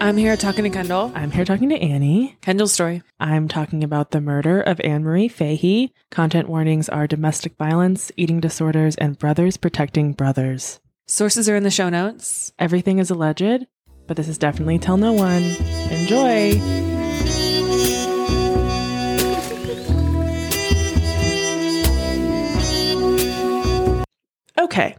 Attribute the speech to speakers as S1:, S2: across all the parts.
S1: I'm here talking to Kendall.
S2: I'm here talking to Annie.
S1: Kendall's story.
S2: I'm talking about the murder of Anne Marie Fahey. Content warnings are domestic violence, eating disorders, and brothers protecting brothers.
S1: Sources are in the show notes.
S2: Everything is alleged, but this is definitely tell no one. Enjoy. Okay.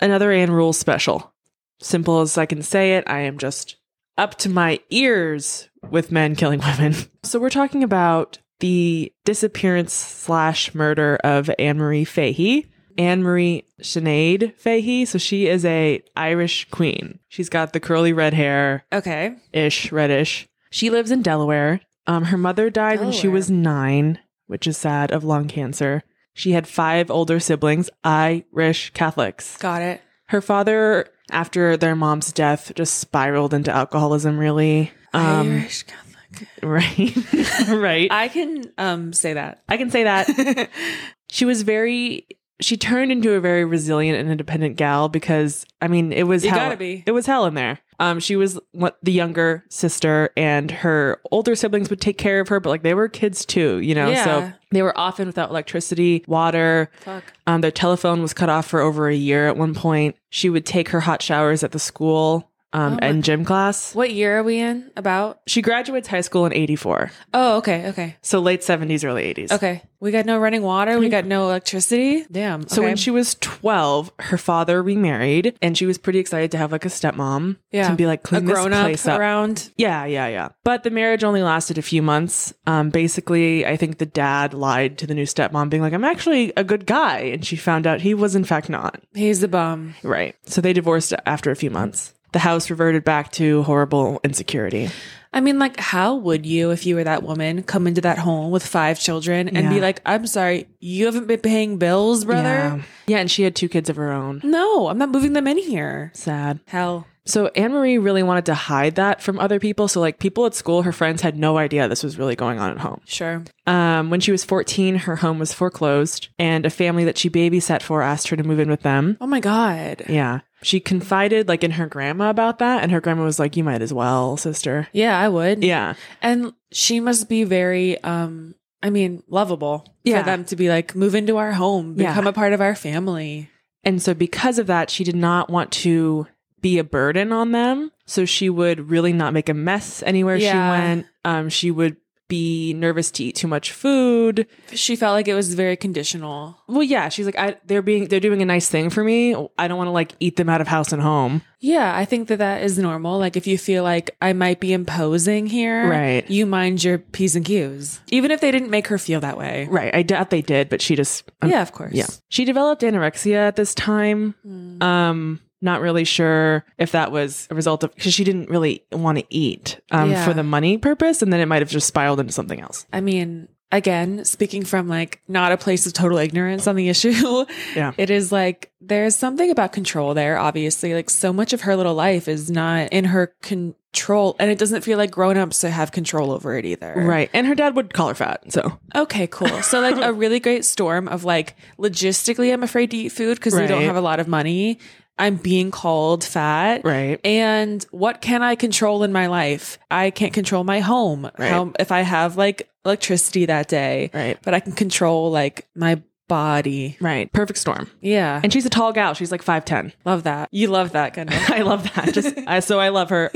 S2: Another Anne Rule special. Simple as I can say it, I am just up to my ears with men killing women. So we're talking about the disappearance slash murder of Anne Marie Fahey. Anne Marie Sinead Fahey. So she is a Irish queen. She's got the curly red hair,
S1: Okay.
S2: ish, reddish. She lives in Delaware. Um, her mother died when she
S1: Delaware.
S2: was nine, which is sad, of lung cancer. She had five older siblings, Irish Catholics.
S1: Got it.
S2: Her father, after their mom's death, just spiraled into alcoholism, really. Um,
S1: Irish Catholic.
S2: right. right.
S1: I can um say that.
S2: I can say that. she was very she turned into a very resilient and independent gal because I mean it was
S1: You
S2: hell,
S1: gotta be.
S2: it was hell in there. Um, she was what, the younger sister, and her older siblings would take care of her, but like they were kids too, you know.
S1: Yeah.
S2: So they were often without electricity, water.
S1: Fuck.
S2: Um, their telephone was cut off for over a year at one point. She would take her hot showers at the school um,
S1: Oh my-
S2: and gym class.
S1: What year are we in? About?
S2: She graduates high school in '84,
S1: Oh, okay, okay.
S2: so late '70s, early '80s.
S1: Okay. We got no running water. We got no electricity. Damn.
S2: So when
S1: okay.
S2: she was 12, her father remarried and she was pretty excited to have like a stepmom
S1: Yeah.
S2: to be like
S1: a
S2: clean this
S1: grown up
S2: place up.
S1: around
S2: Yeah, yeah, yeah. But the marriage only lasted a few months. Um, basically, I think the dad lied to the new stepmom being like, I'm actually a good guy. And she found out he was in fact not.
S1: he's the bum.
S2: Right. So they divorced after a few months. The house reverted back to horrible insecurity.
S1: I mean, like, how would you, if you were that woman, come into that home with five children and be
S2: Yeah.
S1: like, I'm sorry, you haven't been paying bills, brother?
S2: Yeah. yeah, and she had two kids of her own.
S1: No, I'm not moving them in here.
S2: Sad.
S1: Hell.
S2: So Anne Marie really wanted to hide that from other people. So like people at school, her friends had no idea this was really going on at home.
S1: Sure.
S2: Um, when she was 14, her home was foreclosed, and a family that she babysat for asked her to move in with them.
S1: Oh my God.
S2: Yeah. She confided like in her grandma about that, and her grandma was like, You might as well, sister.
S1: Yeah, I would.
S2: Yeah.
S1: And she must be very, um, I mean, lovable
S2: Yeah.
S1: for them to be like, move into our home,
S2: Yeah.
S1: become a part of our family.
S2: And so because of that, she did not want to be a burden on them. So she would really not make a mess anywhere
S1: Yeah.
S2: she went. Um, she would be nervous to eat too much food.
S1: She felt like it was very conditional.
S2: Well, yeah, she's like, I, they're being, they're doing a nice thing for me. I don't want to like eat them out of house and home.
S1: Yeah, I think that that is normal. Like, if you feel like I might be imposing here,
S2: Right.
S1: You mind your p's and q's, even if they didn't make her feel that way.
S2: Right. I doubt they did, but she just,
S1: yeah, of course.
S2: Um, yeah. She developed anorexia at this time. Um, not really sure if that was a result of because she didn't really want to eat um,
S1: Yeah.
S2: for the money purpose, and then it might have just spiraled into something else.
S1: I mean, again, speaking from like not a place of total ignorance on the issue,
S2: Yeah.
S1: it is like there's something about control there. Obviously, like so much of her little life is not in her control, and it doesn't feel like grown ups have control over it either.
S2: Right. And her dad would call her fat. So
S1: Okay, cool. So like a really great storm of like logistically I'm afraid to eat food because we don't
S2: Right.
S1: have a lot of money. I'm being called fat.
S2: right.
S1: And what can I control in my life? I can't control my home.
S2: Right.
S1: How if I have like electricity that day,
S2: Right.
S1: but I can control like my body.
S2: Right. Perfect storm.
S1: Yeah.
S2: And she's a tall gal. She's like five ten.
S1: love that. You love that kind of.
S2: I love that. Just I, so I love her.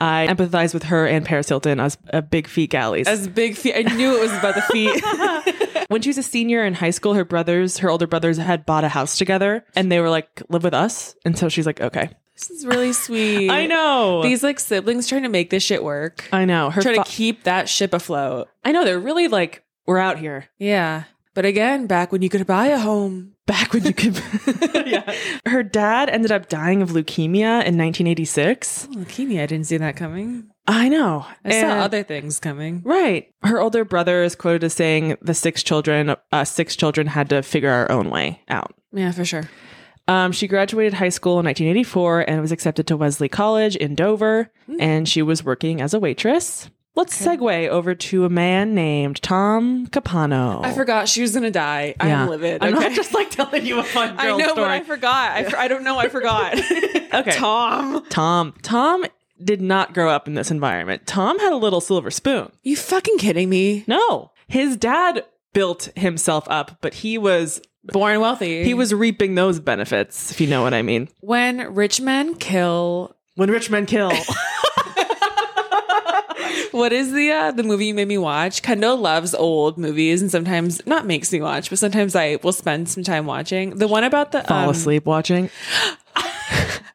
S2: I empathize with her and Paris Hilton as a big feet galleys.
S1: As big feet. I knew it was about the feet.
S2: When she was a senior in high school, her brothers, her older brothers, had bought a house together, and they were like, "Live with us." And so she's like, "Okay."
S1: this is really sweet.
S2: I know.
S1: These like siblings trying to make this shit work.
S2: I know. Her.
S1: trying
S2: fa-
S1: to keep that ship afloat.
S2: I know. They're really like, "We're out here."
S1: Yeah. But again, back when you could buy a home.
S2: Back when you could. yeah. Her dad ended up dying of leukemia in 1986.
S1: Leukemia, I didn't see that coming.
S2: I know.
S1: I saw
S2: And-
S1: other things coming.
S2: Right. Her older brother is quoted as saying, "The six children, uh, six children had to figure our own way out."
S1: Yeah, for sure.
S2: Um, she graduated high school in 1984 and was accepted to Wesley College in Dover, and she was working as a waitress. Let's segue over to a man named Tom Capano.
S1: I forgot she was gonna die.
S2: Yeah.
S1: I'm livid.
S2: I'm
S1: okay?
S2: not just like telling you a fun
S1: I
S2: girl
S1: know,
S2: story.
S1: but I forgot. I, fr- I don't know. I forgot.
S2: Okay.
S1: Tom.
S2: Tom. Tom did not grow up in this environment. Tom had a little silver spoon.
S1: You fucking kidding me?
S2: No, his dad built himself up, but he was
S1: Born wealthy.
S2: he was reaping those benefits, if you know what I mean.
S1: when rich men kill.
S2: When rich men kill.
S1: What is the uh, the movie you made me watch? Kendall loves old movies and sometimes not makes me watch, but sometimes I will spend some time watching. The one about the
S2: Fall
S1: um,
S2: asleep watching.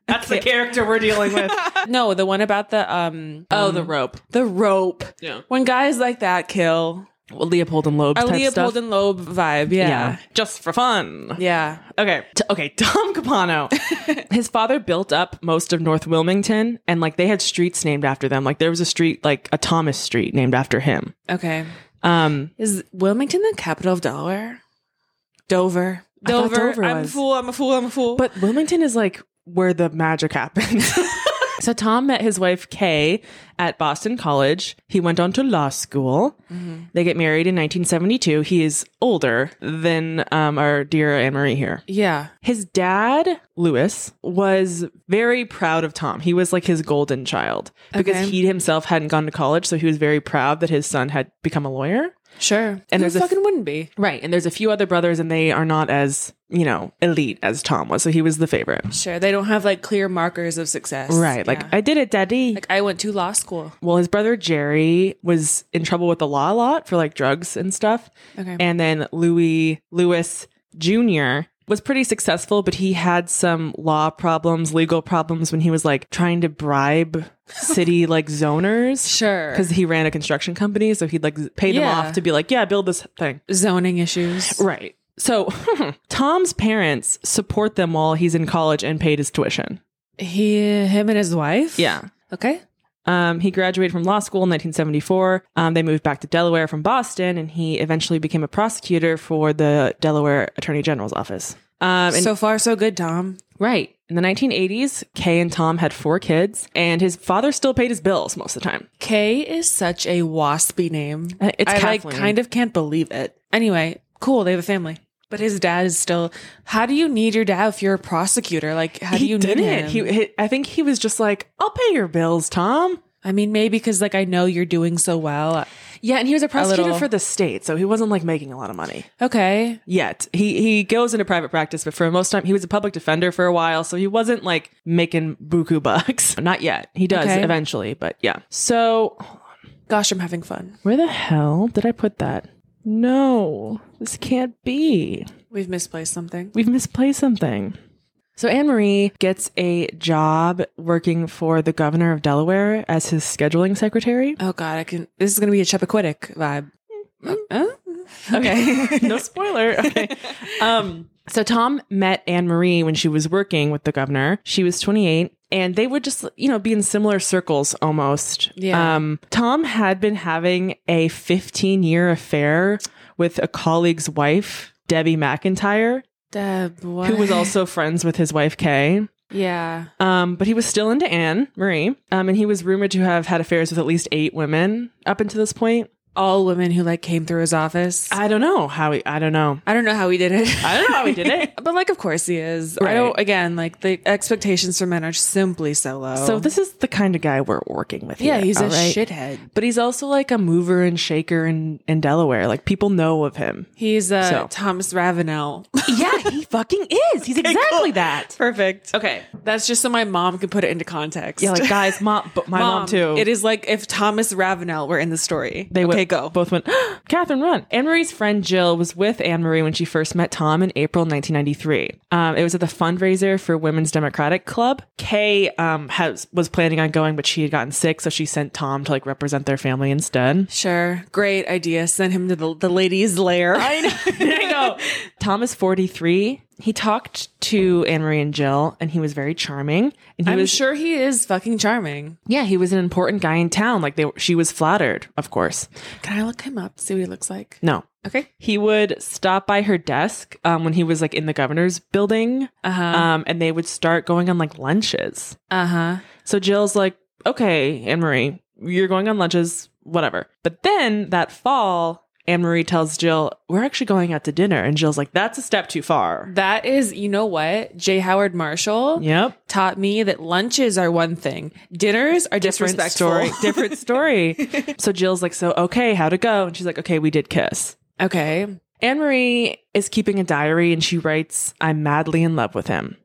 S2: That's the character we're dealing with.
S1: no, the one about the um
S2: oh, the rope.
S1: the rope.
S2: Yeah.
S1: When guys like that kill,
S2: Well, Leopold and Loeb
S1: a
S2: type
S1: Leopold
S2: stuff.
S1: and Loeb vibe.
S2: yeah.
S1: Yeah.
S2: Just for fun.
S1: Yeah.
S2: Okay. T- okay. Tom Capano. His father built up most of North Wilmington and like they had streets named after them. Like there was a street, like a Thomas Street named after him.
S1: Okay.
S2: Um,
S1: Is Wilmington the capital of Delaware? Dover.
S2: I thought Dover
S1: I'm a
S2: was.
S1: fool. I'm a fool. I'm a fool.
S2: But Wilmington is like where the magic happens. so Tom met his wife Kay at Boston College. He went on to law school. They get married in 1972. He is older than um, our dear Anne Marie here.
S1: yeah.
S2: His dad, Lewis, was very proud of Tom. He was like his golden child because
S1: Okay.
S2: he himself hadn't gone to college, so he was very proud that his son had become a lawyer.
S1: Sure.
S2: And
S1: And Who
S2: there's a f-
S1: fucking wouldn't be?
S2: Right. And there's a few other brothers and they are not as, you know, elite as Tom was, so he was the favorite.
S1: Sure. They don't have like clear markers of success.
S2: Right. Like,
S1: Yeah.
S2: I did it, daddy.
S1: like I went to law school.
S2: well, his brother Jerry was in trouble with the law a lot for like drugs and stuff.
S1: Okay.
S2: And then Louis Lewis Jr. was pretty successful, but he had some law problems, legal problems when he was like trying to bribe city like zoners.
S1: sure.
S2: Because he ran a construction company, so he'd like z- pay them
S1: Yeah.
S2: off to be like, yeah, build this thing.
S1: zoning issues.
S2: Right. So Tom's parents support them while he's in college and paid his tuition.
S1: He, him, and his wife.
S2: Yeah.
S1: Okay.
S2: Um, he graduated from law school in 1974. Um, they moved back to Delaware from Boston, and he eventually became a prosecutor for the Delaware Attorney General's office. Um, and-
S1: so far, so good, Tom.
S2: right. In the 1980s, Kay and Tom had four kids, and his father still paid his bills most of the time.
S1: Kay is such a waspy name.
S2: Uh, it's
S1: I like
S2: Kathleen.
S1: kind of can't believe it. Anyway, cool. They have a family, but his dad is still. How do you need your dad if you're a prosecutor? Like, how do you need him?
S2: He, he, I think he was just like, "I'll pay your bills, Tom."
S1: I mean, maybe because like I know you're doing so well.
S2: Yeah, and he was a prosecutor
S1: little-
S2: for the state, so he wasn't like making a lot of money.
S1: Okay,
S2: yet. He he goes into private practice, but for most time he was a public defender for a while, so he wasn't like making buku bucks. Not yet. He does
S1: Okay.
S2: eventually, but yeah. So
S1: gosh, I'm having fun.
S2: where the hell did I put that? No, this can't be.
S1: We've misplaced something.
S2: We've misplaced something. So Anne Marie gets a job working for the governor of Delaware as his scheduling secretary.
S1: Oh God, I can. This is gonna be a Chappaquiddick vibe. Uh, okay.
S2: Mm-hmm. no spoiler. Okay. Um, so Tom met Anne Marie when she was working with the governor. She was 28, and they would just, you know, be in similar circles almost.
S1: Yeah.
S2: Um, Tom had been having a 15 year affair with a colleague's wife, Debbie McIntyre,
S1: Deb, what?
S2: who was also friends with his wife, Kay.
S1: Yeah.
S2: Um, but he was still into Anne Marie, um, and he was rumored to have had affairs with at least eight women up until this point.
S1: All women who like came through his office. I,
S2: I don't know how he, I don't know.
S1: don't know how he did it.
S2: I don't know how he did it.
S1: But like, of course he is.
S2: Right.
S1: I don't. Again, like the expectations for men are simply so low.
S2: So this is the kind of guy we're working with.
S1: yeah,
S2: here,
S1: he's a
S2: all right?
S1: shithead.
S2: But he's also like a mover and shaker in, in Delaware. Like people know of him.
S1: He's uh,
S2: So.
S1: Thomas Ravenel.
S2: yeah, he fucking is. He's exactly that.
S1: Perfect.
S2: Okay.
S1: That's just so my mom can put it into context.
S2: Yeah, like guys, mom, but my mom, too.
S1: Um, It is like if Thomas Ravenel were in the story.
S2: They
S1: okay,
S2: went,
S1: go.
S2: both went, Catherine, run. Anne Marie's friend Jill was with Anne Marie when she first met Tom in April 1993. Um, it was at the fundraiser for Women's Democratic Club. Kay um, has, was planning on going, but she had gotten sick, so she sent Tom to like represent their family instead.
S1: Sure. Great idea. Send him to the, the ladies' lair.
S2: I know. I know. Tom is 43. He talked to Anne Marie and Jill, and he was very charming. And he
S1: I'm
S2: was,
S1: sure he is fucking charming.
S2: yeah, he was an important guy in town. Like they, were- she was flattered, of course.
S1: Can I look him up? See what he looks like.
S2: No,
S1: Okay.
S2: he would stop by her desk um, when he was like in the governor's building,
S1: Uh huh.
S2: um, and they would start going on like lunches.
S1: Uh huh.
S2: So Jill's like, okay, Anne Marie, you're going on lunches, whatever. But then that fall, Anne Marie tells Jill, We're actually going out to dinner. And Jill's like, That's a step too far.
S1: That is, you know what? J. Howard Marshall
S2: Yep.
S1: taught me that lunches are one thing, dinners are
S2: Different
S1: disrespectful.
S2: story. Different story. so Jill's like, So, okay, how'd it go? And she's like, Okay, we did kiss.
S1: okay.
S2: Anne Marie is keeping a diary and she writes, I'm madly in love with him.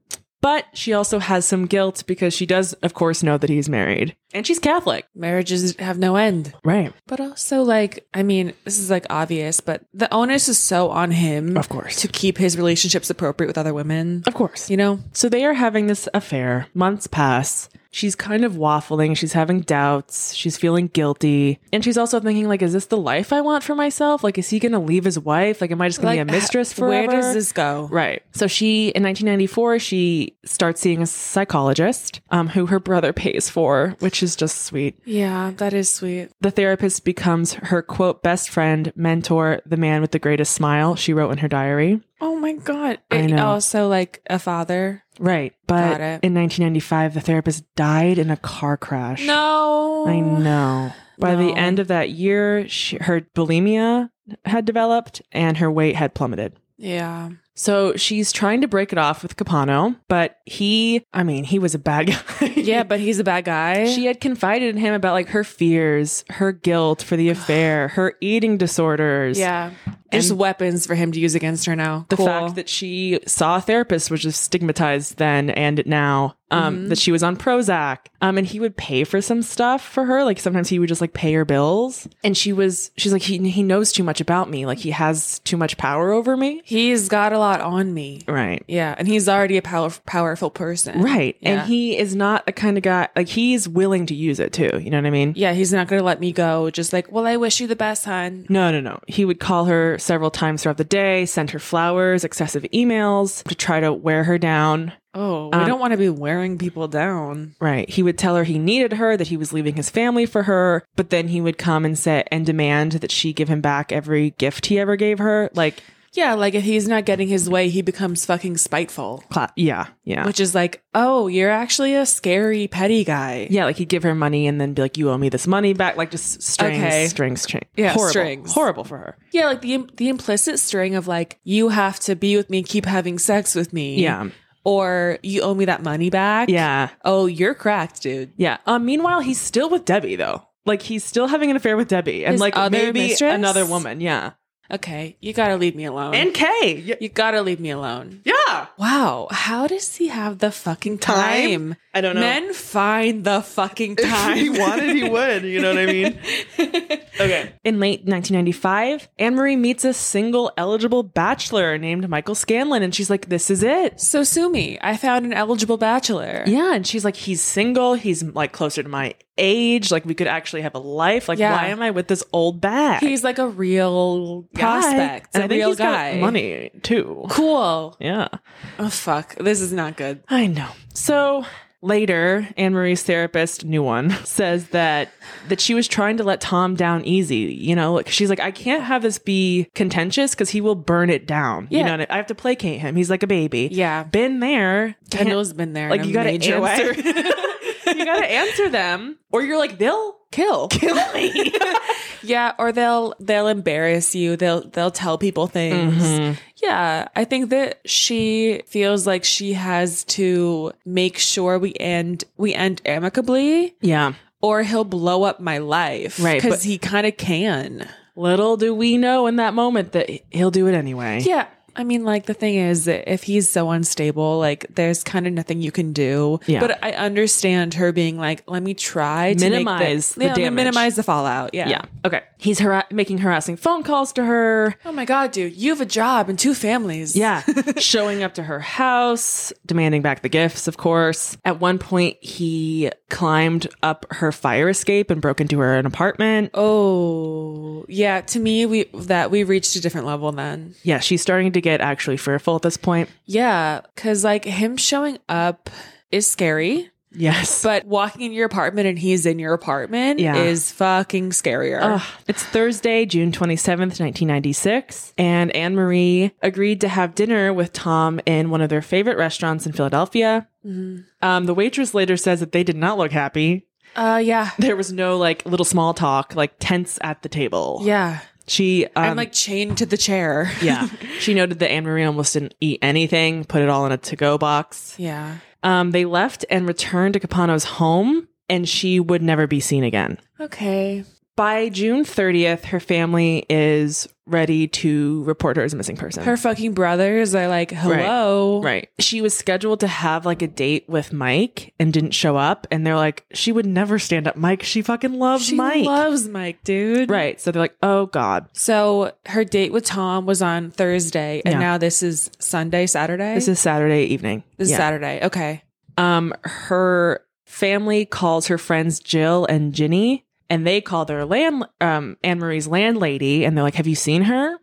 S2: But she also has some guilt because she does, of course, know that he's married. And she's Catholic.
S1: Marriages have no end.
S2: Right.
S1: But also, like, I mean, this is like obvious, but the onus is so on him
S2: Of course.
S1: to keep his relationships appropriate with other women.
S2: Of course.
S1: You know?
S2: So they are having this affair. Months pass. She's kind of waffling. She's having doubts. She's feeling guilty. And she's also thinking, like, is this the life I want for myself? Like, is he going to leave his wife? Like, am I just going to be a mistress
S1: ha-
S2: forever?
S1: Where does this go?
S2: Right. So she, in 1994, she starts seeing a psychologist um, who her brother pays for, which is just sweet.
S1: Yeah, that is sweet.
S2: The therapist becomes her, quote, best friend, mentor, the man with the greatest smile, she wrote in her diary.
S1: Oh my God.
S2: I
S1: And
S2: know.
S1: Also, like, a father.
S2: Right. But
S1: Got
S2: in
S1: it.
S2: 1995, the therapist died in a car crash.
S1: No.
S2: I know. By the
S1: No.
S2: end of that year, she, her bulimia had developed and her weight had plummeted.
S1: Yeah.
S2: So she's trying to break it off with Capano, but he, I mean, he was a bad guy.
S1: Yeah, but he's a bad guy.
S2: She had confided in him about like her fears, her guilt for the affair, her eating disorders.
S1: yeah. Just
S2: And-
S1: weapons for him to use against her now.
S2: The
S1: Cool.
S2: fact that she saw a therapist, which is stigmatized then and now, um,
S1: Mhm.
S2: that she was on Prozac. Um, and he would pay for some stuff for her. Like sometimes he would just like pay her bills. And she was, she's like, he, he knows too much about me. Like he has too much power over me.
S1: he's got a lot on me.
S2: Right.
S1: Yeah. And he's already a power- powerful person.
S2: Right.
S1: Yeah.
S2: And he is not the kind of guy, like he's willing to use it too. You know what I mean?
S1: Yeah, he's not going to let me go. Just like, well, I wish you the best, hon.
S2: No, no, no. He would call her several times throughout the day, send her flowers, excessive emails to try to wear her down.
S1: Oh, we
S2: Um,
S1: don't want to be wearing people down.
S2: Right. He would tell her he needed her, that he was leaving his family for her, but then he would come and say and demand that she give him back every gift he ever gave her. Like,
S1: Yeah, like if he's not getting his way, he becomes fucking spiteful,
S2: cla- yeah, yeah.
S1: which is like, oh, you're actually a scary, petty guy.
S2: yeah, like he'd give her money and then be like, "You owe me this money back." Like just strings,
S1: Okay.
S2: strings, strings.
S1: Yeah,
S2: horrible,
S1: strings.
S2: horrible for her.
S1: Yeah, like the the implicit string of like you have to be with me, keep having sex with me,
S2: Yeah,
S1: or you owe me that money back.
S2: yeah,
S1: Oh, you're cracked, dude.
S2: yeah. Um, meanwhile, he's still with Debbie though. Like he's still having an affair with Debbie and
S1: His
S2: like
S1: other
S2: maybe
S1: mistress?
S2: another woman. Yeah,
S1: Okay, you gotta leave me alone.
S2: and Kay. Y-
S1: you gotta leave me alone.
S2: Yeah.
S1: Wow, how does he have the fucking
S2: Time?
S1: time?
S2: I don't know.
S1: Men find the fucking
S2: If
S1: time.
S2: he wanted, he would. You know what I mean? Okay. In late 1995, Anne Marie meets a single eligible bachelor named Michael Scanlon, and she's like, "This is it."
S1: So sue me. I found an eligible bachelor.
S2: Yeah, and she's like, "He's single. He's like closer to my age. Like we could actually have a life. Like
S1: Yeah.
S2: why am I with this old bag?"
S1: He's like a real
S2: Guy.
S1: prospect.
S2: and
S1: a
S2: I think
S1: real
S2: he's
S1: guy.
S2: got money too.
S1: Cool.
S2: Yeah.
S1: Oh fuck. This is not good.
S2: I know. So later, Anne Marie's therapist, new one, says that that she was trying to let Tom down easy. You know, like she's like, I can't have this be contentious because he will burn it down. You
S1: Yeah.
S2: know, and I have to placate him. He's like a baby.
S1: Yeah.
S2: been there.
S1: Kendall's been there.
S2: like
S1: in a
S2: you got to
S1: major
S2: answer.
S1: way.
S2: you got to answer them, or you're like they'll kill kill me.
S1: yeah, or they'll they'll embarrass you. They'll they'll tell people things.
S2: Mm-hmm.
S1: Yeah, I think that she feels like she has to make sure we end we end amicably,
S2: yeah.
S1: or he'll blow up my life.
S2: Right, but-
S1: because he kind of can.
S2: Little do we know in that moment that he'll do it anyway.
S1: Yeah. I mean, like, the thing is, that if he's so unstable, like, there's kind of nothing you can do.
S2: Yeah.
S1: But I understand her being like, let me try to
S2: Minimize
S1: make
S2: the
S1: yeah, let me
S2: damage.
S1: minimize the fallout. Yeah.
S2: Yeah. Okay. He's har- making harassing phone calls to her.
S1: Oh my God, dude, you have a job and two families.
S2: Yeah. Showing up to her house, demanding back the gifts, of course. At one point, he climbed up her fire escape and broke into her an apartment.
S1: Oh, yeah. To me, we that we reached a different level then.
S2: Yeah, she's starting to get actually fearful at this point.
S1: Yeah, because like him showing up is scary,
S2: Yes.
S1: but walking in your apartment and he's in your apartment
S2: Yeah.
S1: is fucking scarier.
S2: Ugh. it's Thursday, June 27th, 1996, and Anne Marie agreed to have dinner with Tom in one of their favorite restaurants in Philadelphia. Um, the waitress later says that they did not look happy.
S1: Uh, yeah,
S2: There was no like little small talk, like tense at the table.
S1: yeah.
S2: She um,
S1: I'm like chained to the chair.
S2: yeah. She noted that Anne Marie almost didn't eat anything, put it all in a to go box.
S1: yeah.
S2: Um, they left and returned to Capano's home, and she would never be seen again.
S1: Okay.
S2: By June 30th, her family is ready to report her as a missing person.
S1: Her fucking brothers are like, hello.
S2: Right. She was scheduled to have like a date with Mike and didn't show up. And they're like, she would never stand up, Mike. She fucking loves
S1: She
S2: Mike.
S1: loves Mike, dude.
S2: right. So they're like, oh God.
S1: So her date with Tom was on Thursday, and
S2: Yeah.
S1: now this is Sunday, Saturday.
S2: This is Saturday evening.
S1: This is
S2: Yeah.
S1: Saturday. Okay.
S2: Um, her family calls her friends Jill and Ginny, and they call their land um Anne Marie's landlady, and they're like, "Have you seen her?"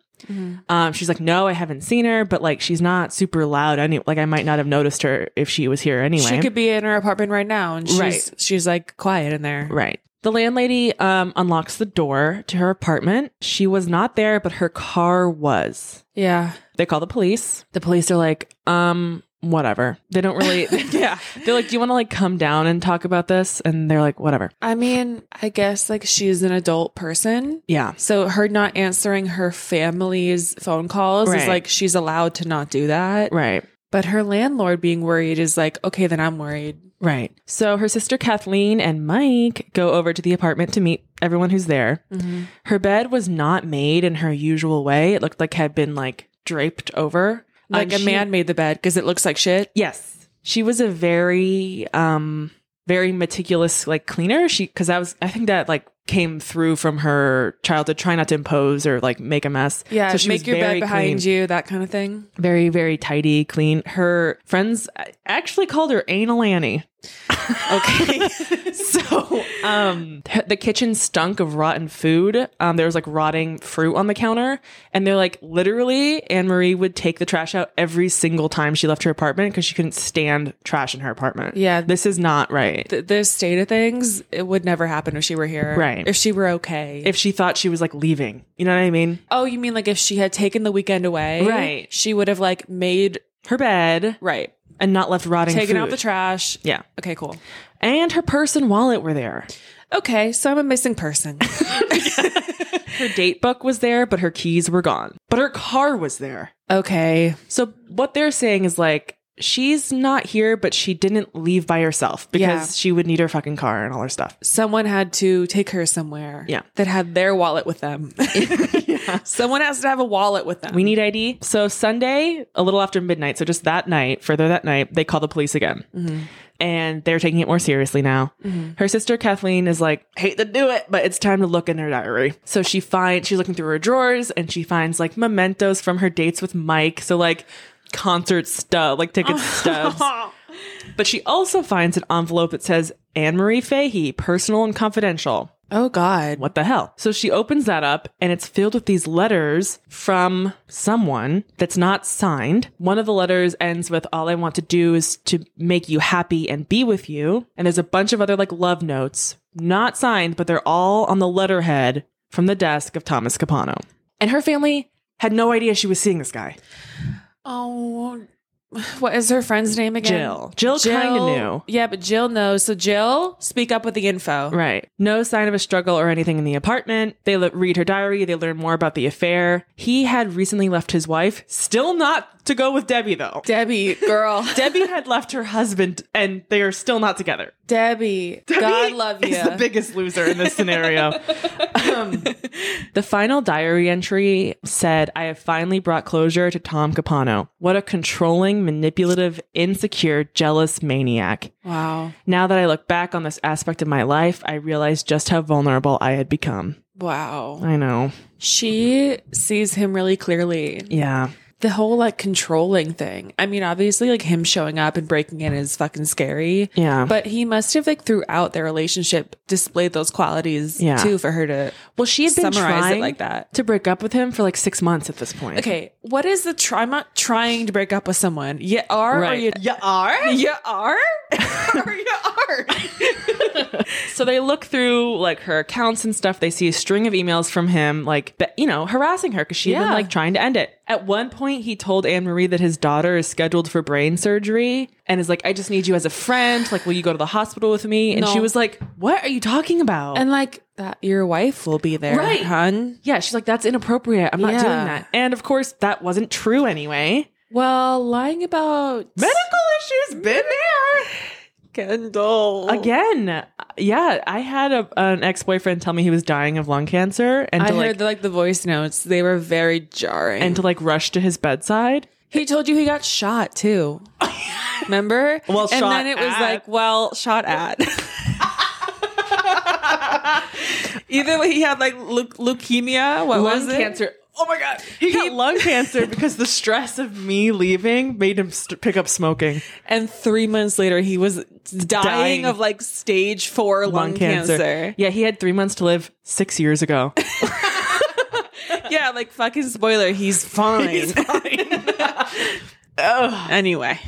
S2: Um, she's like, "No, I haven't seen her, but like she's not super loud. Any like I might not have noticed her if she was here anyway."
S1: She could be in her apartment right now, and she's
S2: Right.
S1: she's like quiet in there.
S2: right. The landlady um unlocks the door to her apartment. She was not there, but her car was.
S1: Yeah.
S2: They call the police. The police are like, um, whatever. They don't really.
S1: Yeah.
S2: They're like, do you want to like come down and talk about this? And they're like, whatever.
S1: I mean, I guess like she's an adult person.
S2: Yeah.
S1: So her not answering her family's phone calls is
S2: Right.
S1: like she's allowed to not do that.
S2: Right.
S1: But her landlord being worried is like, okay, then I'm worried.
S2: Right. So her sister Kathleen and Mike go over to the apartment to meet everyone who's there.
S1: Mm-hmm.
S2: Her bed was not made in her usual way. It looked like had been like draped over.
S1: Like
S2: Um,
S1: a
S2: she-
S1: man made the bed because it looks like shit.
S2: Yes. She was a very um very meticulous like cleaner. She cuz I was I think that like came through from her childhood try not to impose or like make a mess.
S1: Yeah,
S2: so she
S1: make
S2: was
S1: your bed
S2: very
S1: behind
S2: clean.
S1: you, that kind of thing.
S2: Very very tidy, clean. Her friends uh, actually called her Anal Annie.
S1: Okay.
S2: so um th- the kitchen stunk of rotten food um there was like rotting fruit on the counter and they're like literally anne marie would take the trash out every single time she left her apartment because she couldn't stand trash in her apartment
S1: Yeah.
S2: this is not right
S1: Th- this state of things, it would never happen if she were here.
S2: Right.
S1: If she were okay.
S2: if she thought she was like leaving you know what i mean
S1: oh, you mean like if she had taken the weekend away?
S2: Right.
S1: She would have like made,
S2: her bed
S1: right,
S2: and not left rotting
S1: taken
S2: food.
S1: out the trash.
S2: yeah
S1: Okay, cool.
S2: and her purse and wallet were there
S1: Okay, so I'm a missing person.
S2: her date book was there but her keys were gone but her car was there
S1: okay.
S2: So what they're saying is like she's not here, but she didn't leave by herself because
S1: Yeah.
S2: she would need her fucking car and all her stuff.
S1: Someone had to take her somewhere
S2: Yeah.
S1: that had their wallet with them. Someone has to have a wallet with them.
S2: We need ID. So Sunday, a little after midnight, so just that night, further that night, they call the police again. And they're taking it more seriously now. Her sister Kathleen is like, hate to do it, but it's time to look in her diary. So she finds she's looking through her drawers and she finds like mementos from her dates with Mike. So like concert stuff, like ticket stubs. But she also finds an envelope that says Anne Marie Fahey, personal and confidential.
S1: oh, God.
S2: What the hell? So she opens that up and it's filled with these letters from someone that's not signed. One of the letters ends with all I want to do is to make you happy and be with you. And there's a bunch of other like love notes, not signed, but they're all on the letterhead from the desk of Thomas Capano. And her family had no idea she was seeing this guy.
S1: Oh, what is her friend's name again?
S2: Jill. Jill kinda knew.
S1: Yeah, but Jill knows. So Jill, speak up with the info.
S2: Right. No sign of a struggle or anything in the apartment. They le- read her diary. They learn more about the affair. He had recently left his wife, still not to go with Debbie, though.
S1: Debbie, girl.
S2: Debbie had left her husband, and they are still not together.
S1: Debbie, God
S2: He
S1: love
S2: is
S1: you.
S2: the biggest loser in this scenario. Um, the final diary entry said, "I have finally brought closure to Tom Capano. What a controlling, manipulative, insecure, jealous maniac."
S1: wow.
S2: Now that I look back on this aspect of my life, I realize just how vulnerable I had become.
S1: Wow.
S2: I know.
S1: She sees him really clearly.
S2: Yeah.
S1: The whole like controlling thing. I mean, obviously, like him showing up and breaking in is fucking scary.
S2: Yeah.
S1: But he must have like throughout their relationship displayed those qualities
S2: Yeah.
S1: too for her to
S2: well, she had been
S1: summarize
S2: trying
S1: it like that.
S2: to break up with him for like six months at this point.
S1: Okay, what is the try? I'm not trying to break up with someone. You are, or
S2: Right.
S1: you,
S2: You are?
S1: you are.
S2: Arya so they look through like her accounts and stuff. They see a string of emails from him, like be- you know, harassing her because she had been
S1: Yeah.
S2: like trying to end it. At one point, he told Anne Marie that his daughter is scheduled for brain surgery and is like, "I just need you as a friend. Like, will you go to the hospital with me?" And
S1: No.
S2: she was like, "What are you talking about?"
S1: And like that your wife will be there,
S2: Right.
S1: hun.
S2: yeah, she's like, "That's inappropriate. I'm not
S1: Yeah.
S2: doing that." And of course, that wasn't true anyway.
S1: Well, lying about
S2: Medical issues been there.
S1: Kendall
S2: Again, yeah, I had a, an ex boyfriend tell me he was dying of lung cancer, and
S1: I
S2: to,
S1: heard
S2: like,
S1: the, like the voice notes; they were very jarring.
S2: and to like rush to his bedside.
S1: he told you he got shot too. Remember?
S2: Well,
S1: and
S2: shot
S1: then it was
S2: at.
S1: like, well, shot at. Either he had like leu- leukemia, what was it?
S2: Oh my god, he, got lung cancer because the stress of me leaving made him st- pick up smoking.
S1: and three months later he was dying,
S2: Dying.
S1: of like stage four lung, cancer.
S2: Yeah, he had three months to live six years ago.
S1: yeah, like fucking spoiler, he's fine. Anyway.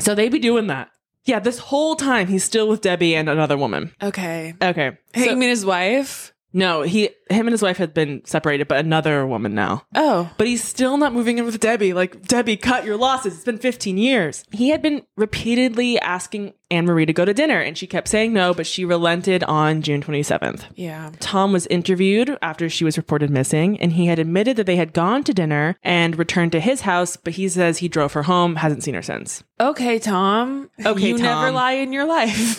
S2: so they be doing that. Yeah, this whole time he's still with Debbie and another woman.
S1: Okay.
S2: Okay.
S1: Hey,
S2: So-
S1: you mean his wife?
S2: no, he, him and his wife had been separated, but another woman now.
S1: Oh.
S2: But he's still not moving in with Debbie. Like, Debbie, cut your losses. It's been 15 years. He had been repeatedly asking Anne Marie to go to dinner, and she kept saying no, but she relented on June 27th.
S1: Yeah.
S2: Tom was interviewed after she was reported missing, and he had admitted that they had gone to dinner and returned to his house, but he says he drove her home, hasn't seen her since.
S1: Okay, Tom.
S2: Okay,
S1: You never
S2: Tom.
S1: lie in your life.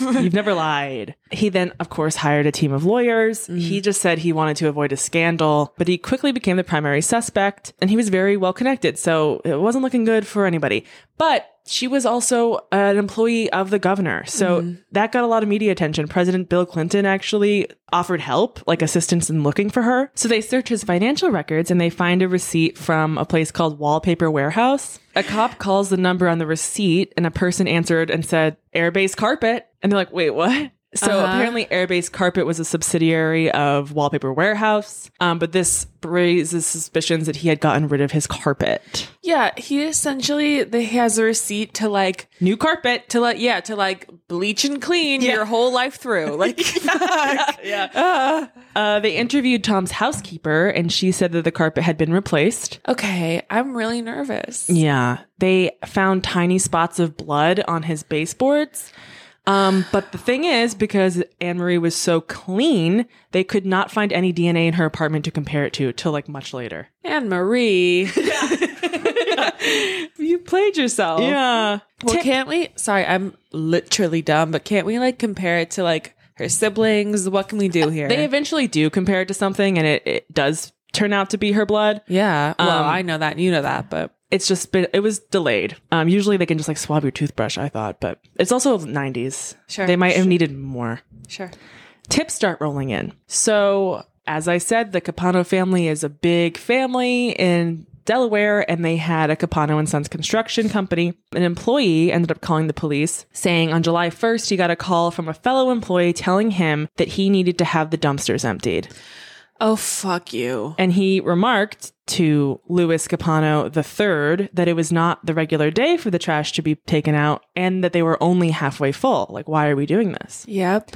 S2: You've never lied. Mm-hmm. He then, of course, hired a team of lawyers. He just said he wanted to avoid a scandal, but he quickly became the primary suspect and he was very well connected. So it wasn't looking good for anybody. But she was also an employee of the governor. So that got a lot of media attention. President Bill Clinton actually offered help, like assistance in looking for her. So they search his financial records and they find a receipt from a place called Wallpaper Warehouse. A cop calls the number on the receipt and a person answered and said, Airbase Carpet. And they're like, wait, what? So
S1: Uh-huh.
S2: apparently, Airbase Carpet was a subsidiary of Wallpaper Warehouse, um, but this raises suspicions that he had gotten rid of his carpet.
S1: yeah, he essentially they- he has a receipt to like
S2: New carpet.
S1: to like yeah, to like bleach and clean
S2: Yeah.
S1: your whole life through. Like
S2: Uh, they interviewed Tom's housekeeper, and she said that the carpet had been replaced.
S1: Okay, I'm really nervous.
S2: Yeah. They found tiny spots of blood on his baseboards. Um, but the thing is, because Anne Marie was so clean, they could not find any DNA in her apartment to compare it to till like much later.
S1: Anne Marie. you played yourself.
S2: Yeah.
S1: Well, can't we? Sorry, I'm literally dumb, but can't we like compare it to like her siblings? What can we do here?
S2: They eventually do compare it to something, and it, it does turn out to be her blood.
S1: yeah. Well,
S2: Um,
S1: I know that. You know that, but
S2: It's just been it was delayed. Um, usually they can just like swab your toothbrush, I thought, but it's also 90s.
S1: Sure,
S2: They might have needed more.
S1: sure.
S2: tips start rolling in. So, as I said, the Capano family is a big family in Delaware, and they had a Capano and Sons construction company. An employee ended up calling the police, saying on July 1st, he got a call from a fellow employee telling him that he needed to have the dumpsters emptied.
S1: Oh fuck you.
S2: And he remarked to Louis Capano III that it was not the regular day for the trash to be taken out and that they were only halfway full. Like, why are we doing this?
S1: Yep.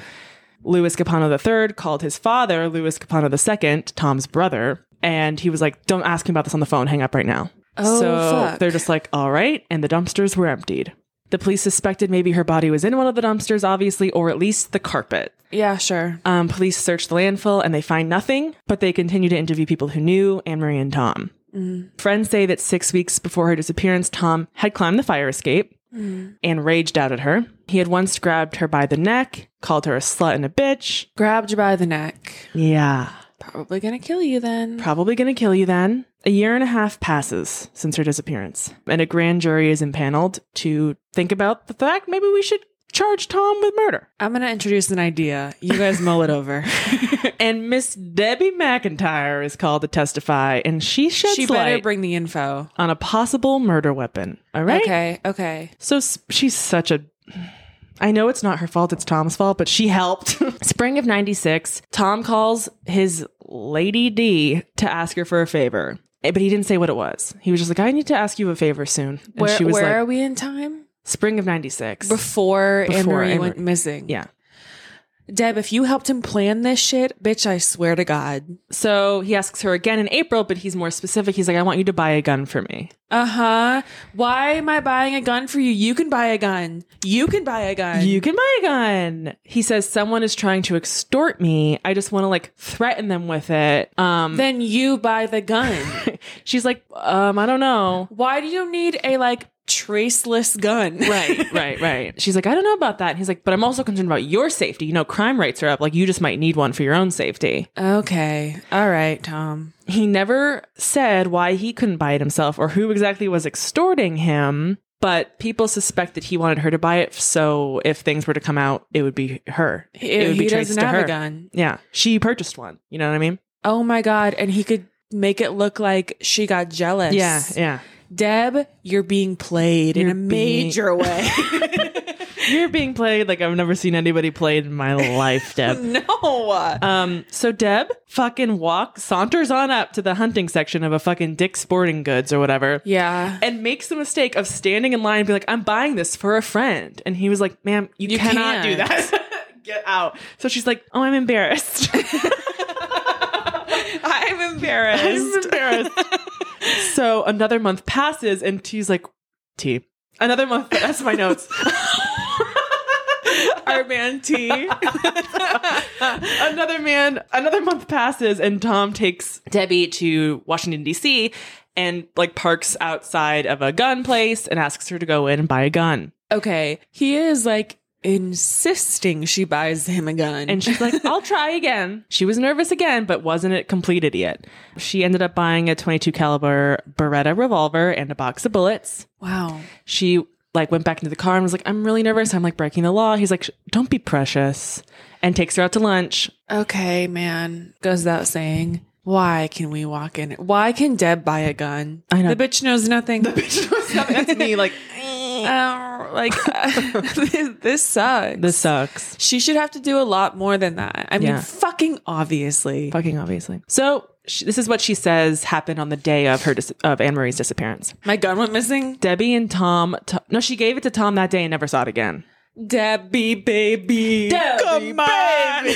S2: Louis Capano III called his father, Louis Capano II, Tom's brother, and he was like, Don't ask him about this on the phone, hang up right now.
S1: Oh,
S2: so
S1: fuck.
S2: they're just like, All right. And the dumpsters were emptied. The police suspected maybe her body was in one of the dumpsters, obviously, or at least the carpet.
S1: Yeah, sure.
S2: Um, police searched the landfill and they find nothing, but they continue to interview people who knew Anne Marie and Tom.
S1: Mm.
S2: Friends say that six weeks before her disappearance, Tom had climbed the fire escape
S1: Mm.
S2: and raged out at her. He had once grabbed her by the neck, called her a slut and a bitch.
S1: Grabbed you by the neck.
S2: Yeah.
S1: Probably gonna kill you then.
S2: Probably going to kill you then. A year and a half passes since her disappearance, and a grand jury is impaneled to think about the fact maybe we should charge Tom with murder.
S1: I'm gonna introduce an idea. You guys mull it over.
S2: And Miss Debbie McIntyre is called to testify, and she sheds
S1: she better
S2: light
S1: bring the info.
S2: on a possible murder weapon. All right.
S1: Okay. Okay.
S2: So s- she's such a. I know it's not her fault, it's Tom's fault, but she helped. Spring of 96, Tom calls his Lady D to ask her for a favor. Eh, But he didn't say what it was. He was just like, I need to ask you a favor soon. And
S1: Where
S2: she was
S1: Where
S2: like,
S1: are we in time?
S2: Spring of 96.
S1: before, Anne
S2: Before
S1: Marie
S2: Anne
S1: went
S2: Marie.
S1: missing.
S2: yeah.
S1: Deb, if you helped him plan this shit, bitch, I swear to God.
S2: So he asks her again in April, but he's more specific. He's like, I want you to buy a gun for me.
S1: Uh huh. Why am I buying a gun for you? You can buy a gun. You can buy a gun.
S2: You can buy a gun. He says, Someone is trying to extort me. I just want to like threaten them with it. Um,
S1: then you buy the gun.
S2: she's like, um, I don't know.
S1: Why do you need a like traceless gun?
S2: Right, right, right. She's like, I don't know about that. And he's like, but I'm also concerned about your safety. You know, crime rates are up. Like, you just might need one for your own safety.
S1: okay. All right, Tom.
S2: He never said why he couldn't buy it himself or who exactly was extorting him, but people suspect that he wanted her to buy it. So if things were to come out, it would be her.
S1: He,
S2: it would
S1: he
S2: be traced
S1: doesn't
S2: to
S1: have
S2: her.
S1: a gun.
S2: Yeah. She purchased one. You know what I mean?
S1: Oh my God. And he could make it look like she got jealous.
S2: Yeah.
S1: Deb, you're being played in
S2: You're
S1: a major way.
S2: You're being played like I've never seen anybody played in my life, Deb.
S1: no.
S2: Um, so Deb fucking walk saunters on up to the hunting section of a fucking Dick's Sporting Goods or whatever.
S1: Yeah.
S2: and makes the mistake of standing in line and be like, I'm buying this for a friend. And he was like, ma'am, you,
S1: You
S2: cannot do
S1: can't.
S2: that. Get out. So she's like, oh, I'm embarrassed.
S1: I'm embarrassed.
S2: I'm embarrassed. so another month passes and she's like, T. Another month. That's my notes.
S1: Our man T.
S2: another man, another month passes and Tom takes Debbie to Washington, D.C. and like parks outside of a gun place and asks her to go in and buy a gun.
S1: okay. He is like insisting she buys him a gun.
S2: And she's like, I'll try again. She was nervous again, but wasn't it completed yet? She ended up buying a 22 caliber Beretta revolver and a box of bullets.
S1: wow.
S2: She like went back into the car and was like, I'm really nervous. I'm like breaking the law. He's like, "Sh- don't be precious. And takes her out to lunch.
S1: Okay, man. Goes without saying. Why can we walk in? Why can Deb buy a gun?
S2: I know.
S1: The bitch knows nothing.
S2: That's me. Like,
S1: Uh, like this, this sucks.
S2: this sucks.
S1: She should have to do a lot more than that. I mean,
S2: Yeah.
S1: fucking obviously.
S2: Fucking obviously. So she, this is what she says happened on the day of her dis- of Anne Marie's disappearance.
S1: My gun went missing.
S2: Debbie and Tom. To- no, she gave it to Tom that day and never saw it again.
S1: Debbie, baby.
S2: Come on.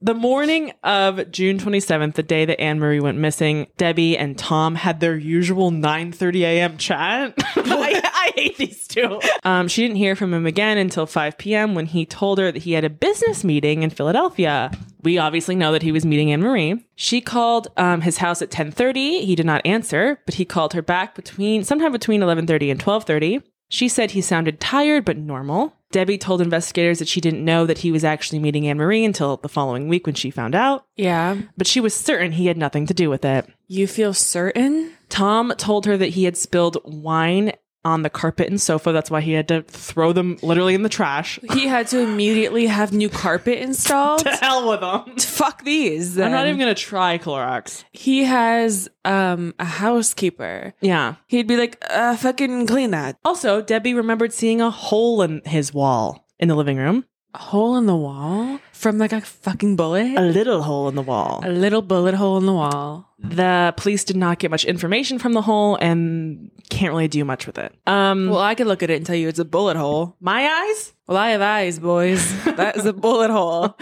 S2: the morning of June 27th, the day that Anne Marie went missing, Debbie and Tom had their usual 9:30 a.m. chat. I, I hate these two. Um, she didn't hear from him again until 5 p.m. when he told her that he had a business meeting in Philadelphia. We obviously know that he was meeting Anne Marie. She called um, his house at 10:30. He did not answer, but he called her back between sometime between 11:30 and 12:30. She said he sounded tired but normal. Debbie told investigators that she didn't know that he was actually meeting Anne Marie until the following week when she found out,
S1: Yeah.
S2: but she was certain he had nothing to do with it.
S1: You feel certain?
S2: Tom told her that he had spilled wine on the carpet and sofa. That's why he had to throw them literally in the trash.
S1: He had to immediately have new carpet installed.
S2: hell with them.
S1: Fuck these.
S2: I'm not
S1: then.
S2: even going to try Clorox.
S1: he has um a housekeeper.
S2: Yeah.
S1: He'd be like, uh, fucking clean that
S2: Also, Debbie remembered seeing a hole in his wall in the living room.
S1: hole in the wall from like a fucking bullet.
S2: A little hole in the wall.
S1: A little bullet hole in the wall.
S2: the police did not get much information from the hole and can't really do much with it. Um,
S1: Well, I could look at it and tell you it's a bullet hole.
S2: my eyes.
S1: Well, I have eyes, boys. That is a bullet hole.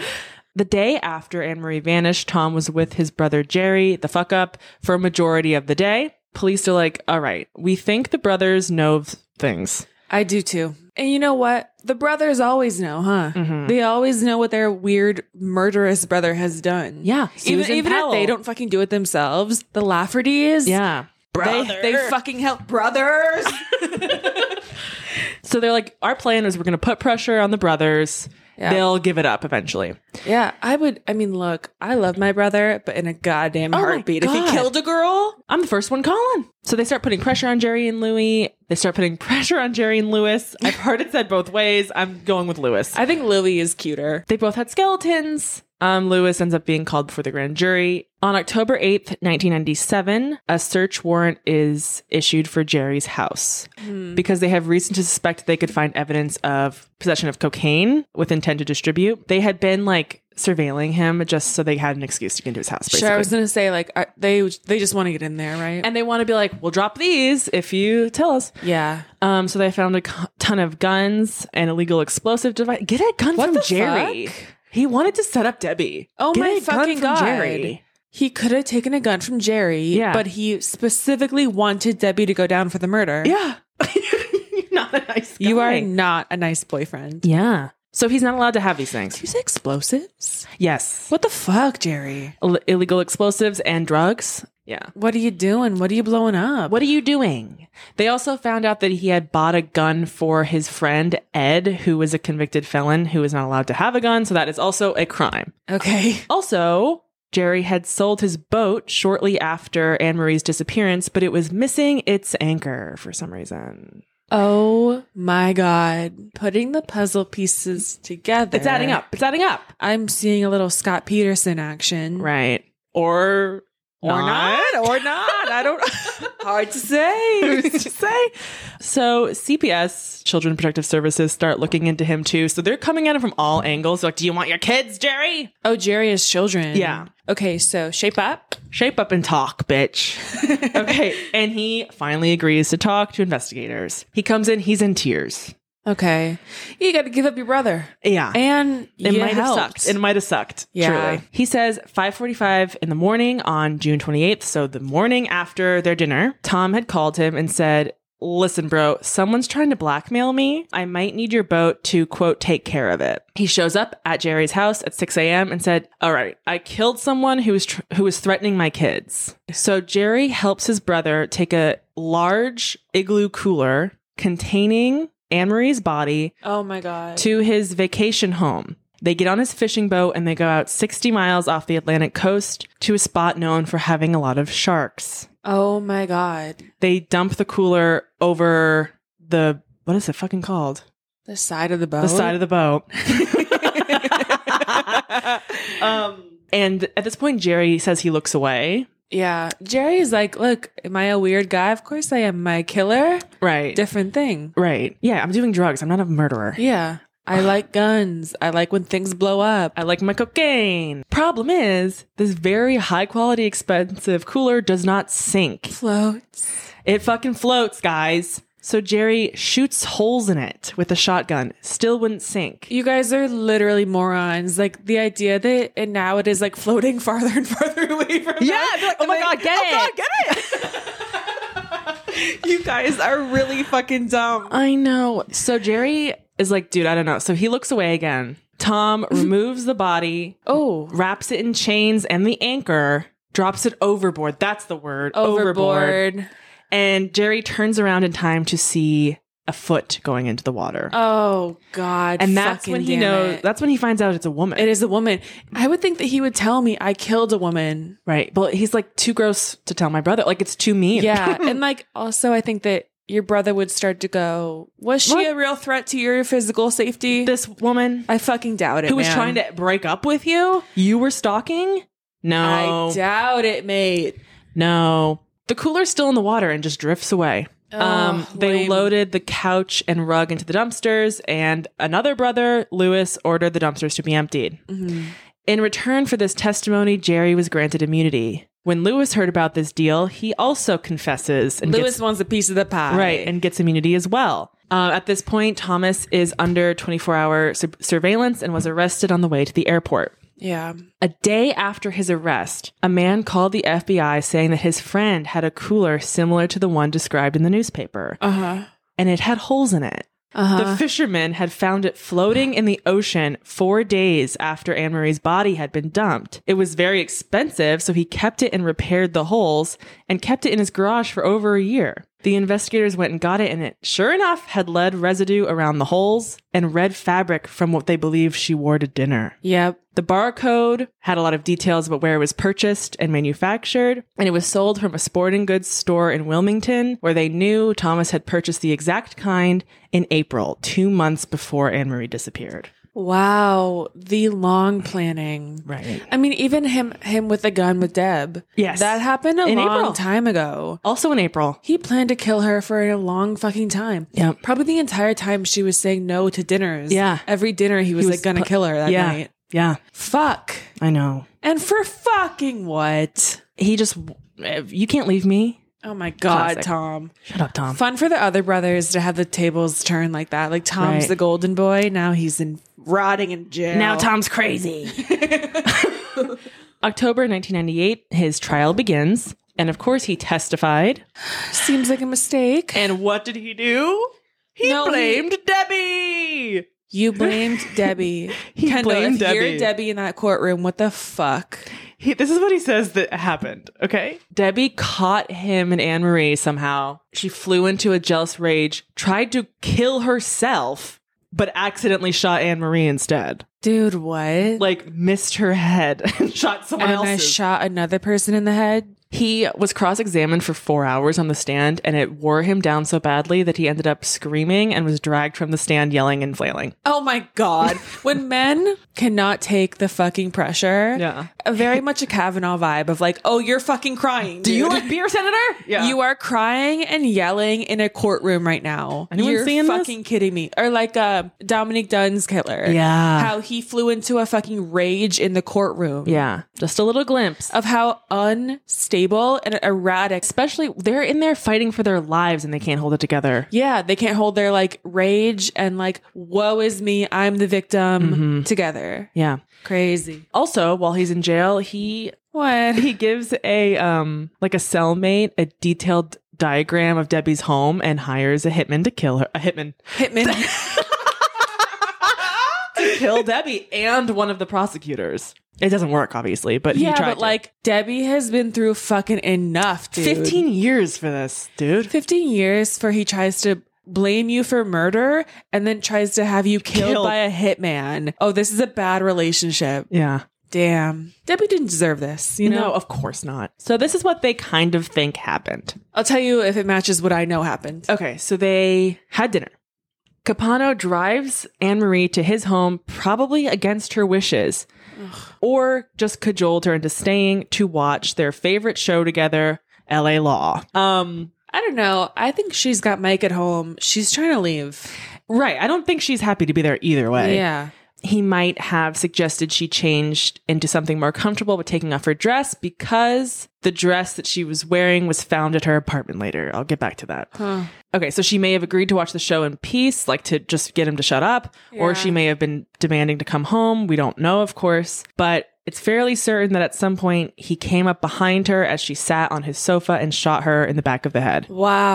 S2: The day after Anne Marie vanished, Tom was with his brother Jerry, the fuck up, for a majority of the day. Police are like, all right, we think the brothers know th- things.
S1: I do too. And you know what? The brothers always know, huh? They always know what their weird murderous brother has done.
S2: Yeah,
S1: even
S2: Susan
S1: even if
S2: Powell.
S1: they don't fucking do it themselves, the Laffertys,
S2: Yeah.
S1: they,
S2: Brother.
S1: they fucking help brothers.
S2: So they're like, our plan is we're going to put pressure on the brothers.
S1: Yeah.
S2: They'll give it up eventually.
S1: yeah, I would. I mean, look, I love my brother, but in a goddamn
S2: my
S1: heartbeat. If
S2: God.
S1: he killed a girl,
S2: I'm the first one calling. So they start putting pressure on Jerry and Louie. They start putting pressure on Jerry and Lewis. I've heard it said both ways. I'm going with Lewis.
S1: I think Louie is cuter.
S2: They both had skeletons. Um, Lewis ends up being called before the grand jury. On October 8th, 1997, a search warrant is issued for Jerry's house because they have reason to suspect they could find evidence of possession of cocaine with intent to distribute. They had been like surveilling him just so they had an excuse to get into his house, basically.
S1: Sure, I was gonna say like I, they they just want to get in there, right?
S2: and they want to be like, we'll drop these if you tell us.
S1: yeah,
S2: Um, so they found a co- ton of guns and illegal explosive device. Get a gun
S1: What
S2: from
S1: the
S2: Jerry.
S1: fuck?
S2: He wanted to set up Debbie.
S1: Oh
S2: Get
S1: my
S2: a gun
S1: fucking
S2: from
S1: god! He could have taken a gun from Jerry,
S2: Yeah.
S1: but he specifically wanted Debbie to go down for the murder.
S2: Yeah, you're not a nice. Guy.
S1: You are not a nice boyfriend.
S2: Yeah. So he's not allowed to have these things.
S1: You say explosives?
S2: Yes,
S1: What the fuck, Jerry?
S2: Ill- illegal explosives and drugs. Yeah.
S1: What are you doing? What are you blowing up?
S2: What are you doing? They also found out that he had bought a gun for his friend Ed, who was a convicted felon who was not allowed to have a gun. So that is also a crime.
S1: Okay.
S2: Also, Jerry had sold his boat shortly after Anne Marie's disappearance, but it was missing its anchor for some reason.
S1: Oh my god. Putting the puzzle pieces together.
S2: It's adding up. It's adding up.
S1: I'm seeing a little Scott Peterson action.
S2: Right. Or
S1: Or not.
S2: Or not. I don't
S1: Hard to say.
S2: Who's to say. So CPS, Children Protective Services, start looking into him too. So they're coming at him from all angles. They're like, do you want your kids, Jerry?
S1: oh, Jerry has children.
S2: Yeah.
S1: Okay, so shape up.
S2: Shape up and talk, bitch. okay. And he finally agrees to talk to investigators. He comes in, he's in tears.
S1: Okay. You got to give up your brother.
S2: Yeah.
S1: And
S2: It
S1: you
S2: might have
S1: helped.
S2: sucked. It might have sucked.
S1: Yeah.
S2: Truly. He says 5:45 in the morning on June 28th, so the morning after their dinner, Tom had called him and said, "Listen, bro, someone's trying to blackmail me. I might need your boat to quote take care of it." He shows up at Jerry's house at 6 a.m. and said, "All right, I killed someone who was tr- who was threatening my kids." So Jerry helps his brother take a large igloo cooler containing Anne Marie's body
S1: oh my god.
S2: to his vacation home. They get on his fishing boat and they go out 60 miles off the Atlantic coast to a spot known for having a lot of sharks.
S1: oh my god.
S2: They dump the cooler over the what is it fucking called?
S1: The side of the boat.
S2: The side of the boat. um, and at this point, Jerry says he looks away.
S1: Yeah. Jerry's like, "Look, am I a weird guy? Of course I am. Am I a killer?
S2: Right.
S1: Different thing."
S2: right. Yeah, I'm doing drugs. I'm not a murderer.
S1: Yeah. I like guns. I like when things blow up.
S2: I like my cocaine. Problem is, this very high quality, expensive cooler does not sink.
S1: Floats.
S2: It fucking floats, guys. So Jerry shoots holes in it with a shotgun. Still wouldn't sink.
S1: You guys are literally morons. Like the idea that and now it is like floating farther and farther away from us. And they- Oh, God,
S2: get it. you guys are really fucking dumb. I know. So Jerry is like, dude, I don't know. So he looks away again. Tom removes the body,
S1: Oh,
S2: wraps it in chains and the anchor, drops it overboard. That's the word.
S1: overboard.
S2: And Jerry turns around in time to see a foot going into the water.
S1: Oh God.
S2: and that's
S1: fucking
S2: when he
S1: damn
S2: knows.
S1: it.
S2: That's when he finds out it's a woman,
S1: it is a woman. I would think that he would tell me I killed a woman.
S2: right? But he's like too gross to tell my brother. Like it's too mean.
S1: Yeah. and like also I think that your brother would start to go, Was she
S2: What?
S1: a real threat to your physical safety?
S2: this woman
S1: I fucking doubt it.
S2: who was
S1: man.
S2: trying to break up with you, you were stalking. No,
S1: I doubt it, mate.
S2: no. The cooler's still in the water and just drifts away. um,
S1: Ugh,
S2: they
S1: lame.
S2: loaded the couch and rug into the dumpsters, and another brother, Lewis, ordered the dumpsters to be emptied.
S1: Mm-hmm.
S2: In return for this testimony, Jerry was granted immunity. When Lewis heard about this deal, he also confesses and gets
S1: Lewis wants a piece of the pie.
S2: right and gets immunity as well uh, at this point thomas is under 24-hour sur- surveillance and was arrested on the way to the airport
S1: Yeah.
S2: a day after his arrest a man called the fbi saying that his friend had a cooler similar to the one described in the newspaper
S1: Uh huh.
S2: and it had holes in it the fishermen had found it floating in the ocean four days after Anne Marie's body had been dumped. It was very expensive, so he kept it and repaired the holes and kept it in his garage for over a year. The investigators went and got it, and it sure enough had lead residue around the holes and red fabric from what they believe she wore to dinner.
S1: Yep.
S2: The barcode had a lot of details about where it was purchased and manufactured, and it was sold from a sporting goods store in Wilmington, where they knew Thomas had purchased the exact kind in April, two months before Anne Marie disappeared.
S1: Wow, the long planning.
S2: Right.
S1: I mean, even him him with the gun with Deb.
S2: Yes.
S1: That happened a
S2: In
S1: long
S2: April.
S1: time ago.
S2: Also in April.
S1: He planned to kill her for a long fucking time.
S2: Yep.
S1: Probably the entire time she was saying no to dinners.
S2: Yeah.
S1: Every dinner he was,
S2: was
S1: like gonna
S2: pu-
S1: kill her that
S2: yeah.
S1: night.
S2: Yeah.
S1: Fuck.
S2: I know.
S1: And for fucking what?
S2: He just you can't leave me.
S1: Oh my god,
S2: Classic.
S1: Tom.
S2: Shut up, Tom.
S1: Fun for the other brothers to have the tables turn like that. Like Tom's
S2: Right.
S1: the golden boy. Now he's in rotting in jail.
S2: Now Tom's crazy. October 1998, his trial begins. And of course, he testified.
S1: seems like a mistake.
S2: And what did he do? He
S1: No, he-
S2: Debbie.
S1: You blamed Debbie.
S2: He blamed
S1: if
S2: Debbie.
S1: You're Debbie in that courtroom. What the fuck?
S2: He, this is what he says that happened, okay? Debbie caught him and Anne Marie somehow. She flew into a jealous rage, tried to kill herself, but accidentally shot Anne Marie instead.
S1: Dude, what?
S2: Like, missed her head and shot someone
S1: and
S2: else.
S1: I shot another person in the head.
S2: He was cross examined for four hours on the stand, and it wore him down so badly that he ended up screaming and was dragged from the stand yelling and flailing.
S1: Oh my god. when men cannot take the fucking pressure.
S2: Yeah.
S1: a Very much a Kavanaugh vibe of like, oh, you're fucking crying.
S2: Do you
S1: dude.
S2: like beer, Senator? Yeah.
S1: You are crying and yelling in a courtroom right now.
S2: Anyone
S1: You're
S2: seeing this?
S1: fucking kidding me. Or like uh, Dominic Dunn's killer.
S2: Yeah.
S1: How he flew into a fucking rage in the courtroom.
S2: yeah. Just a little glimpse.
S1: Of how unstable and erratic.
S2: Especially they're in there fighting for their lives and they can't hold it together.
S1: Yeah, they can't hold their like rage and like, woe is me, I'm the victim
S2: Mm-hmm.
S1: together.
S2: Yeah.
S1: Crazy.
S2: Also, while he's in jail, he
S1: What?
S2: he gives a um like a cellmate a detailed diagram of Debbie's home and hires a hitman to kill her. A hitman
S1: Hitman.
S2: to kill Debbie and one of the prosecutors. It doesn't work, obviously, but he
S1: yeah,
S2: tried
S1: but
S2: to.
S1: like Debbie has been through fucking enough, dude.
S2: 15 years for this, dude.
S1: 15 years for he tries to blame you for murder and then tries to have you killed,
S2: Killed.
S1: by a hitman. Oh, this is a bad relationship.
S2: Yeah.
S1: Damn. Debbie didn't deserve this, you
S2: You
S1: know?
S2: know, of course not. So this is what they kind of think happened.
S1: I'll tell you if it matches what I know happened.
S2: Okay, so they had dinner. Capano drives Anne Marie to his home, probably against her wishes, or just cajoled her into staying to watch their favorite show together, LA Law. Um,
S1: I don't know. I think she's got Mike at home. She's trying to leave.
S2: right. I don't think she's happy to be there either way.
S1: Yeah.
S2: he might have suggested she changed into something more comfortable with taking off her dress because the dress that she was wearing was found at her apartment later. I'll get back to that.
S1: Huh.
S2: Okay, so she may have agreed to watch the show in peace, like to just get him to shut up,
S1: Yeah.
S2: or she may have been demanding to come home. We don't know, of course, but it's fairly certain that at some point he came up behind her as she sat on his sofa and shot her in the back of the head.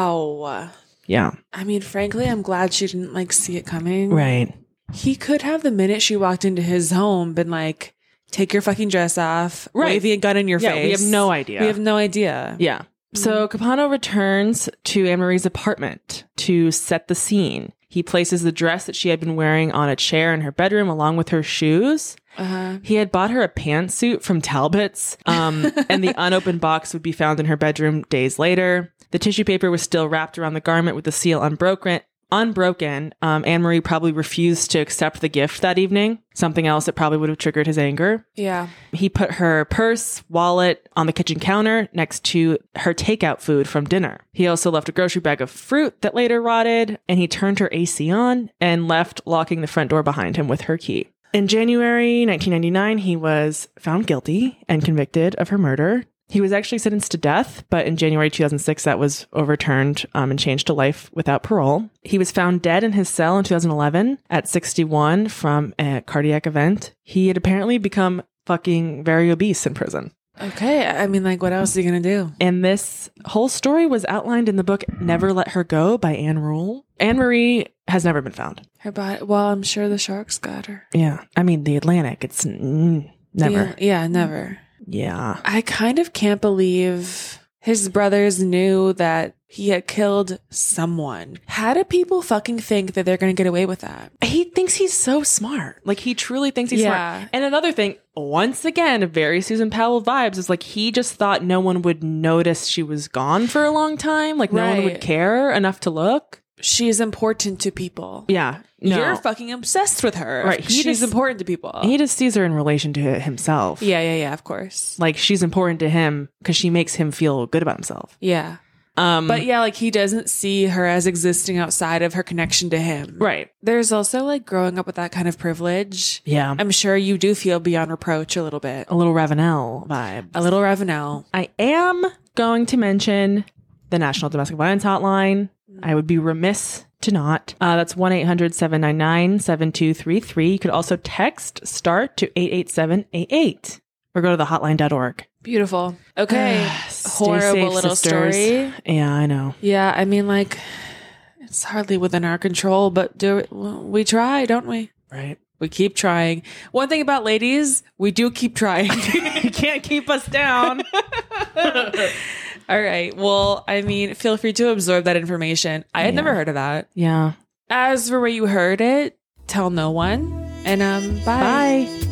S1: Wow.
S2: Yeah.
S1: I mean, frankly, I'm glad she didn't like see it coming.
S2: Right.
S1: He could have the minute she walked into his home been like, take your fucking dress off,
S2: Right.
S1: waving a gun in your
S2: Yeah,
S1: face.
S2: we have no idea.
S1: We have no idea.
S2: Yeah. So Capano returns to Anne Marie's apartment to set the scene. He places the dress that she had been wearing on a chair in her bedroom along with her shoes.
S1: Uh-huh.
S2: He had bought her a pantsuit from Talbot's, um, and the unopened box would be found in her bedroom days later. The tissue paper was still wrapped around the garment with the seal unbroken. Unbroken, um, Anne Marie probably refused to accept the gift that evening, something else that probably would have triggered his anger.
S1: Yeah.
S2: He put her purse, wallet on the kitchen counter next to her takeout food from dinner. He also left a grocery bag of fruit that later rotted, and he turned her AC on and left, locking the front door behind him with her key. In January 1999, he was found guilty and convicted of her murder. He was actually sentenced to death, but in January 2006, that was overturned um, and changed to life without parole. He was found dead in his cell in 2011 at 61 from a cardiac event. He had apparently become fucking very obese in prison.
S1: Okay. I mean, like, what else are you going to do?
S2: And this whole story was outlined in the book Never Let Her Go by Anne Rule. Anne Marie has never been found.
S1: Her body. Well, I'm sure the sharks got her.
S2: Yeah. I mean, the Atlantic, it's mm, never.
S1: Yeah, yeah, never.
S2: Yeah.
S1: I kind of can't believe his brothers knew that he had killed someone. How do people fucking think that they're going to get away with that?
S2: He thinks he's so smart. Like, he truly thinks he's
S1: Yeah.
S2: smart. And another thing, once again, very Susan Powell vibes is like he just thought no one would notice she was gone for a long time. Like, no one
S1: Right.
S2: would care enough to look.
S1: she is important to people.
S2: Yeah. No.
S1: You're fucking obsessed with her.
S2: Right, he
S1: She's
S2: just-
S1: important to people.
S2: he just sees her in relation to himself.
S1: yeah, yeah, yeah, of course.
S2: Like she's important to him because she makes him feel good about himself.
S1: Yeah.
S2: Um,
S1: But yeah, like he doesn't see her as existing outside of her connection to him.
S2: right.
S1: There's also like growing up with that kind of privilege.
S2: Yeah.
S1: I'm sure you do feel beyond reproach a little bit.
S2: a little Ravenel vibe.
S1: A little Ravenel.
S2: I am going to mention the National Domestic Violence Hotline. I would be remiss to not. Uh, that's 1 800 799 7233. You could also text START to 88788 or go to thehotline.org.
S1: Beautiful. Okay.
S2: Ah, Stay
S1: Horrible
S2: safe,
S1: little
S2: sisters.
S1: story.
S2: Yeah, I know.
S1: Yeah, I mean, like, it's hardly within our control, but do we try, don't we?
S2: Right.
S1: We keep trying. One thing about ladies, we do keep trying.
S2: you can't keep us down.
S1: All right. Well, I mean, feel free to absorb that information. I had never heard of that.
S2: yeah.
S1: As for where you heard it, tell no one. And um, bye.
S2: Bye.